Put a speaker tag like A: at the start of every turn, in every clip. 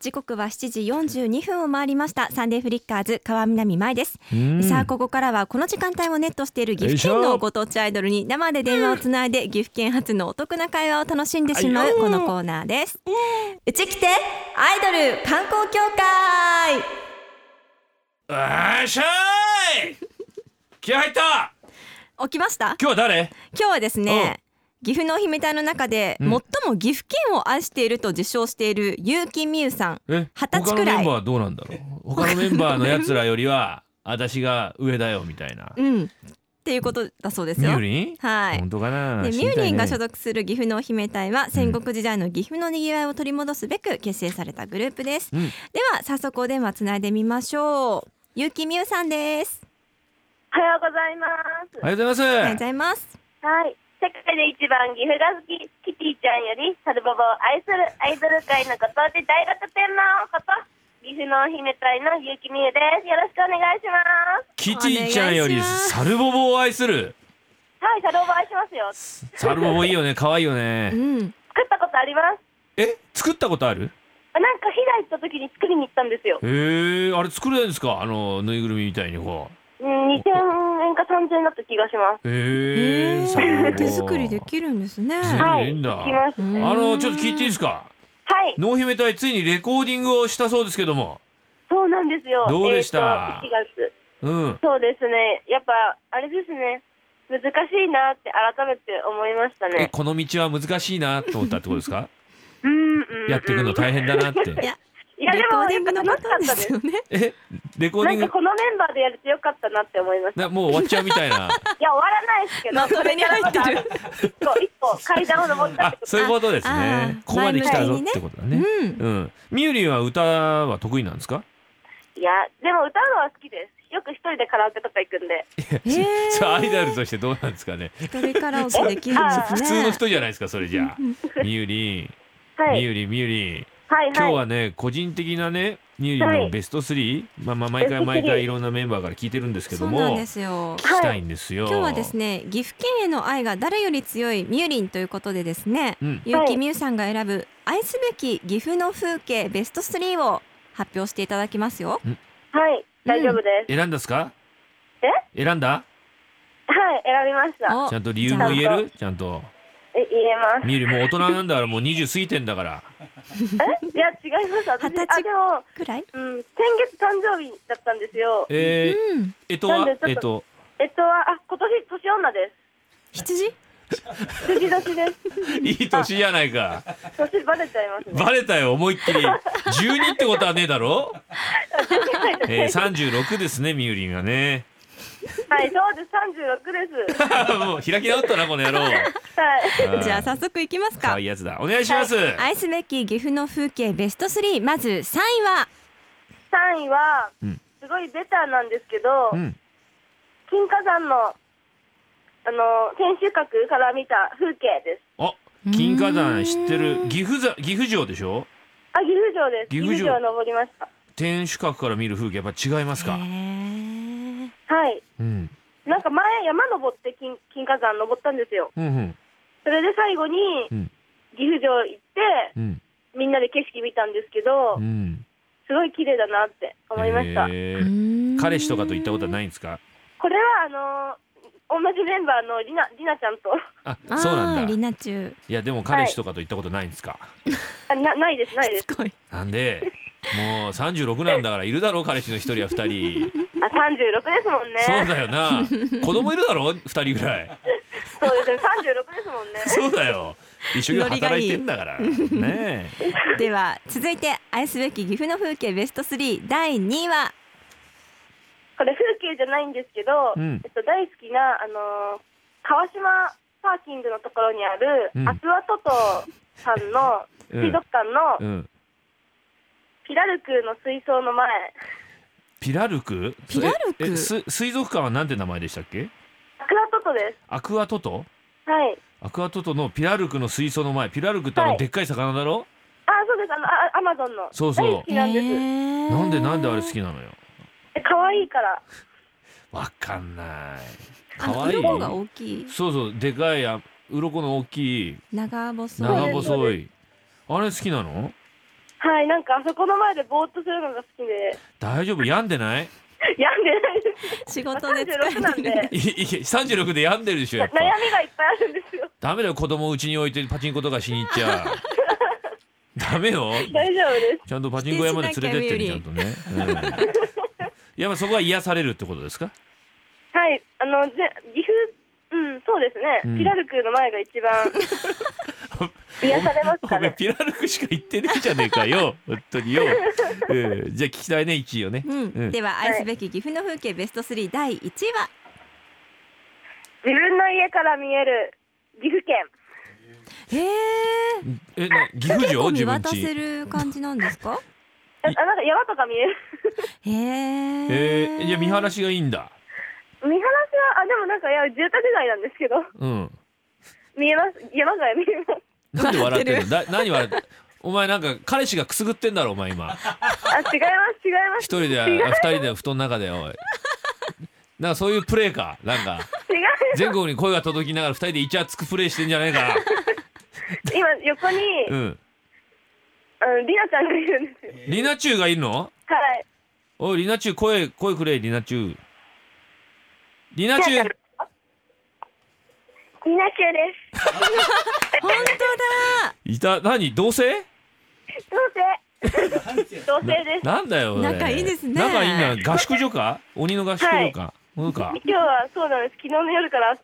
A: 時刻は7時42分を回りましたサンデーフリッカーズ川南舞です、さあここからはこの時間帯をネットしている岐阜県のご当地アイドルに生で電話をつないで岐阜県発のお得な会話を楽しんでしまうこのコーナーですうち来てアイドル観光協会
B: あーしゃ ーい気合入った
A: 起きました
B: 今日は誰
A: 今日はですね岐阜のお姫隊の中で最も岐阜県を愛していると自称している結城美優さん
B: え
A: 二十歳く
B: 他の
A: らい
B: メンバーはどうなんだろう他のメンバーのやつらよ りは私が上だよみたいな
A: うんっていうことだそうです
B: み
A: よ
B: ゆりん
A: はい
B: 本当かな
A: で
B: 知
A: ミ
B: りた
A: ュー
B: いね
A: リンが所属する岐阜のお姫隊は戦国時代の岐阜のにぎわいを取り戻すべく結成されたグループです、
B: うん
A: では早速お電話つないでみましょう結城美優さんです
C: おはようございます。
B: ありがとうご
A: おは
B: ざ
A: よう
B: い
A: ご
B: ます
A: ざいます
C: はい。世界で一番岐阜が好き、キティちゃんよりサルボボを愛するアイドル界のことで大学天皇こと、岐阜のお姫隊の結城美優です。よろしくお願いします。
B: キティちゃんよ
A: お
B: り
A: 願いします
B: サルボボを愛する
C: はい、サルボボ愛しますよ。作
B: サルボボい いよね可愛いよ
A: う
B: ね
A: ん
C: ったことあります。
B: え作ったことある
C: なんか飛騨行った時に作りに行ったんですよ。
B: へえあれ作れるんですかあのぬいぐるみみたいにこ
C: うん、2000円か3000円だった気がします。
B: うへえサルボボ
A: 手作りできるんですね
B: は
C: はい
B: いいんだ
C: 行きました
B: あ
C: ね。
B: のちょっと聞いていいですか
C: はい、
B: 濃姫隊ついにレコーディングをしたそうですけども
C: そうなんですよ。
B: どうでした
C: えーと1月。
B: うん
C: そうですね。やっぱ、あれですね。難しいなって改めて思いました
B: え
C: ね。
B: この道は難しいなと思ったってことですか
C: うん、
B: やっていくの大変だなっ
A: い
B: て
A: や
C: いや、で
A: レコ
C: も
A: ーディングのこ
C: 楽しか
A: と
C: っ
A: で
C: たですす。
A: よね
B: えレコー
C: な
B: ディン
C: んか
B: グ
C: このメンバーでやれてよかったなって思いました。い
B: なもう終わっちゃうみたいな
C: や、終わらないですけど。
A: まとめに入ってる
C: これからまだ一個、一個階段を登ったっ
B: あ
C: てこと。
B: そういうことです
A: あ
B: ね
A: あ
B: ここまで来たぞ
A: 前向きにね
B: ってことだ
A: う
B: ね
A: ん
B: うんみゆりんは歌は得意なんですか
C: いや、でも歌うのは好きです。よく一人でカラオケとか行くんで。
A: へえ
B: さあアイドルとしてどうなんですかね
A: 一人カラオケできるん
C: あ
A: ですね
B: 普通の人じゃないですかそれじゃあみゆりん
C: は
B: み
C: い。
B: ゆりんみゆりん
C: はい、
B: 今日
C: はい。
B: はね個人的なねみゆりん
C: は
B: の
C: い
B: ベスト3、まあ、まあ毎回
C: ベスト
B: 毎
C: 3
B: 回いろんなメンバーから聞いてるんですけ
A: そ
B: ど
A: う
B: も
A: なんですよ
B: 聞きたいんですよ、
A: 今日はですね岐阜県への愛が誰より強いみゆりんということでですね
B: うん
A: 結城美優さんが選ぶ愛すべき岐阜の風景ベスト3を発表していただきますよ。
C: はい。大丈夫です。
B: 選んだっすか
C: え
B: 選んだ
C: はい、選びました。
A: お
B: ちゃんと理由も言えるちゃんと
C: え、言えます。
B: みゆりもう大人なんだからもう20過ぎてんだから
C: えいや、違います。
A: 二
C: 私、
A: 十
C: あ、
A: 歳
C: でも、
A: くらい？
C: うん、先月誕生日だったんですよ。
B: えー、
A: うん。
B: えとは
C: なんで
B: え
C: ちょっ
B: と
C: えっと、あ、今年年女で
A: 羊？
C: す。年年です。
B: いい年じゃないか
C: 年バレちゃいま すね。
B: バレたよ思いっきり12ってことはねえだろ、えー、36ですねみゆりんがね
C: はい、そうです。三十六です。
B: もう開き直ったなこの野郎
C: はい。
A: じゃあ早速いきます
B: 可
A: か
B: 愛い。やつだお願いします、
A: 愛すべき岐阜の風景ベスト3まず3位は
C: 三位は
B: うん、
C: すごいベターなんですけど、
B: うん
C: 金華山の、あの、天守閣から見た風景です。
B: あ金華
A: うー
B: 山
A: ん
B: 知ってる岐阜ざ岐阜城でしょ
C: あ、岐阜城です。
B: 岐
C: 岐
B: 阜
C: 阜
B: 城
C: 城登りました。
B: 天守閣から見る風景やっぱ違いますか、
A: へー
C: はい。
B: うん、
C: なんか前、山登って金金華山登ったんですよ。
B: うんうん
C: それで最後に
B: うん、
C: 岐阜城行って、
B: うん
C: みんなで景色見たんですけど、
B: うん
C: すごい綺麗だなって思いました。
B: え
A: う
B: ー
A: ーん
B: 彼氏とかと行ったことはないんですか
C: これは、あのー同じメンバーのりな、りなちゃんと、
B: あ
A: あー
B: そうなんだ
A: リ
B: い
A: ナチュ
B: やでも彼氏とかと行ったことないんですか、
C: あなないです、ないです。
A: すごい。
B: なんでもう36なんだからいるだろう彼氏の一人や二人
C: あ、36ですもん
B: そう
C: ね。
B: だよな子供いるだろ二人ぐらい
C: そうですね、36ですもん ね。
B: そうだよ一生懸命働いてんだからねえ
A: では続いて愛すべき岐阜の風景ベスト3第2位は
C: これ風景じゃないんですけど、
B: うん
C: えっと、大好きな、あのー川島パーキングのところにある、
B: うん
C: アクアトトさんの
B: うん
C: 水族館の
B: うん
C: ピラルクの水槽の前、
B: ピラルク
A: ピラルク
B: ええす水族館はなんて名前でしたっけ
C: アクアトトです。
B: アクアトト
C: はい。
B: アクアトトのピラルクの水槽の前ピラルクってあ
C: は
B: の
C: い
B: でっかい魚だろ、
C: あ、そうです、あの、あアマゾンの。
B: そうそう
C: 大好きなんです。
B: なん
A: ん
B: でなんであれ好きなのよ
C: え可愛いから。
B: わかんない
A: あ
B: 可
A: の
B: 愛い
A: 鱗が大きい
B: そうそうでかいあ鱗の大きい
A: 長細い
B: 長
C: そうです
B: 細いあれ好きなの
C: はい、なんかあそこの前でぼーっとするのが好きで、
B: 大丈夫病んでない
C: 病んでないです。
A: 仕事で
C: 36な
A: 疲れ
C: ん
A: てる。
C: で
B: いい36で病んでるでしょやっぱ
C: 悩みがいっぱいあるんで すよ。
B: ダメだよ子供を家に置いてパチンコとかしに行っち ゃダメよ
C: 大丈夫です。
B: ちゃんとパチンコ屋まで連れてってるちゃんとね、うんいやまあそこは癒されるってことですか
C: はい、あの、ぜ岐阜、うん、そうですね。
B: うん
C: ピラルクの前が一番 癒されます
B: お
C: か
B: めえ
C: ね。
B: ピラルクしか言ってねえじゃねえかよ本当によ、うんじゃあ聞きたいね1位をね、
A: う、
B: うんん
A: では愛すべき岐阜の風景ベスト3第1位は
C: 自分の家から見える岐阜県。
A: へえ
B: えな岐阜
A: 結
B: 城
A: 構見
B: 自分
A: 渡せ
B: ち
A: る感じなんですか
C: あ、なんか山とか見える。
A: へえ
B: えー、じゃあ見晴らしがいいんだ
C: 見晴らしは、あ、でもなんか、いや、住宅街なんですけど、
B: うん
C: 見えます。山が見えます。
B: なんで笑ってるのだ 何笑ってお前なんか彼氏がくすぐってんだろお前今
C: あ、違います、違いま
B: 一
C: す。
B: 人であ
C: 違い
B: 二人で布団の中でおいなんかそういうプレーかなんか
C: 違い
B: 全国に声が届きながら二人でイチャつくプレーしてんじゃないか
C: 今、横に、
B: なうん
C: あの、りなちゃんがいるんですよ。
B: リナチュウがいるの
C: はい。
B: おいリナチュウ声声くれリナチュウリナチュウ
C: りなちゃんです。
A: 本
B: いた何同性
C: 同性。同性です。
B: なんだよ俺
A: 仲いいですね
B: 仲いいんだ合宿所か鬼の合宿所か、そうか
C: 今日はそうなんです。昨日の夜から、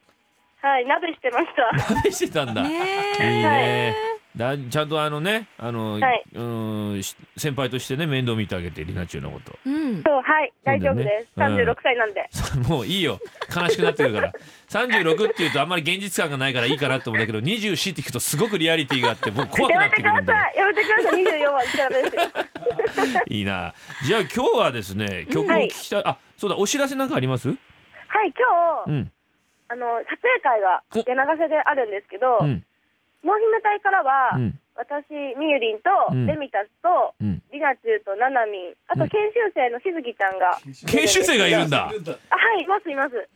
C: はい、鍋してま した。
B: 試してたん
A: 当
B: だ、
A: だね
B: いい
A: え
B: ね。だちゃんとあのね、あの、
C: はいう
B: ーんし先輩としてね面倒見てあげてリナチュウのこと。
A: うん
C: そう、はい、大丈夫です。
B: そうだ
C: 三
B: よ
C: 十
B: ね
C: 六歳なんで。
B: そもういいよ。悲しくなってくるから。三十六っていうとあんまり現実感がないからいいかなと思うんだけど、二十四って聞くとすごくリアリティがあって僕怖く
C: や
B: な
C: め
B: ってて
C: く
B: くる
C: だ
B: んだよ。
C: さい。やめてください。二十四は言っちゃダメですよ。
B: いいな。じゃあ今日はですね、曲を聞きたい。あ、そうだ。お知らせなんかあります？
C: はい、今
B: う
C: 日、
B: ん。
C: あの、撮影会が
B: お
C: 柳瀬であるんですけど、
B: うん。
C: 納品の隊からは、
B: うん。
C: 私、みゆりんと、
B: うん
C: レミタスと、
B: うん。
C: りなちゅうと、ななみん、あ
B: う
C: と
B: ん
C: 研修生のしずきちゃんが、
B: 研修生がいるん だ。
C: あはい、います、います。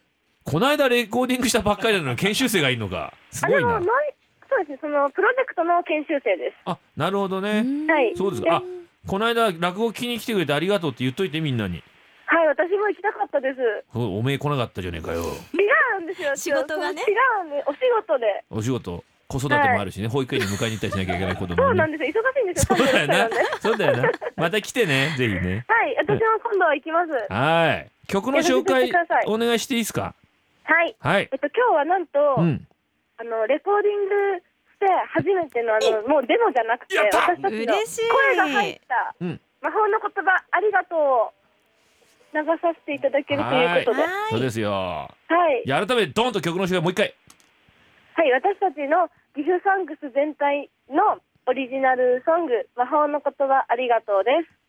B: この間レコーディングしたばっかりなのに研修生がいるのか。す
C: あ、
B: ご
C: で
B: い
C: も、
B: な
C: ない。そうですね、その、プロジェクトの研修生です。
B: あ、なるほどね。
A: うん
C: はい
B: そうですか。あ、この間落語聞きに来てくれてありがとうって言っといてみんなに。
C: はい、私も行きたかったです。
B: おおめえ来なかったじゃねえかよ。
C: 違うんですよ。
A: 仕事がね
C: 違うんで、お仕事で。
B: お仕事、子育てもあるしね、保育園に迎えに行ったりしなきゃいけない子供
C: そう
B: に
C: な
B: ね、
C: んですよ。忙しいんですよ。
B: そうだ
C: 36歳
B: よ
C: なん
B: な
C: で。。
B: そうだよな。また来てね、ぜひね。
C: はい、私も今度は行きます。
B: はい。曲の紹介
C: よろしくお願いしてください
B: お願いしていいですか。
C: はい。
B: はい
C: え。っと、今日はなんと、
B: うん。
C: あの、レコーディングして初めての、あの、もうデモじゃなくて、
B: やった
C: 私たちの
A: 嬉しい
C: 声が入った、
B: うん
C: 魔法の言葉、ありがとうを流させていただけるということで、はい。
B: そう
A: は
B: ですよ。
C: はい
B: い、や改めてドンと曲の紹介もう一回。
C: 私たちのギフサンクス全体のオリジナルソング、魔法の言葉、ありがとうです。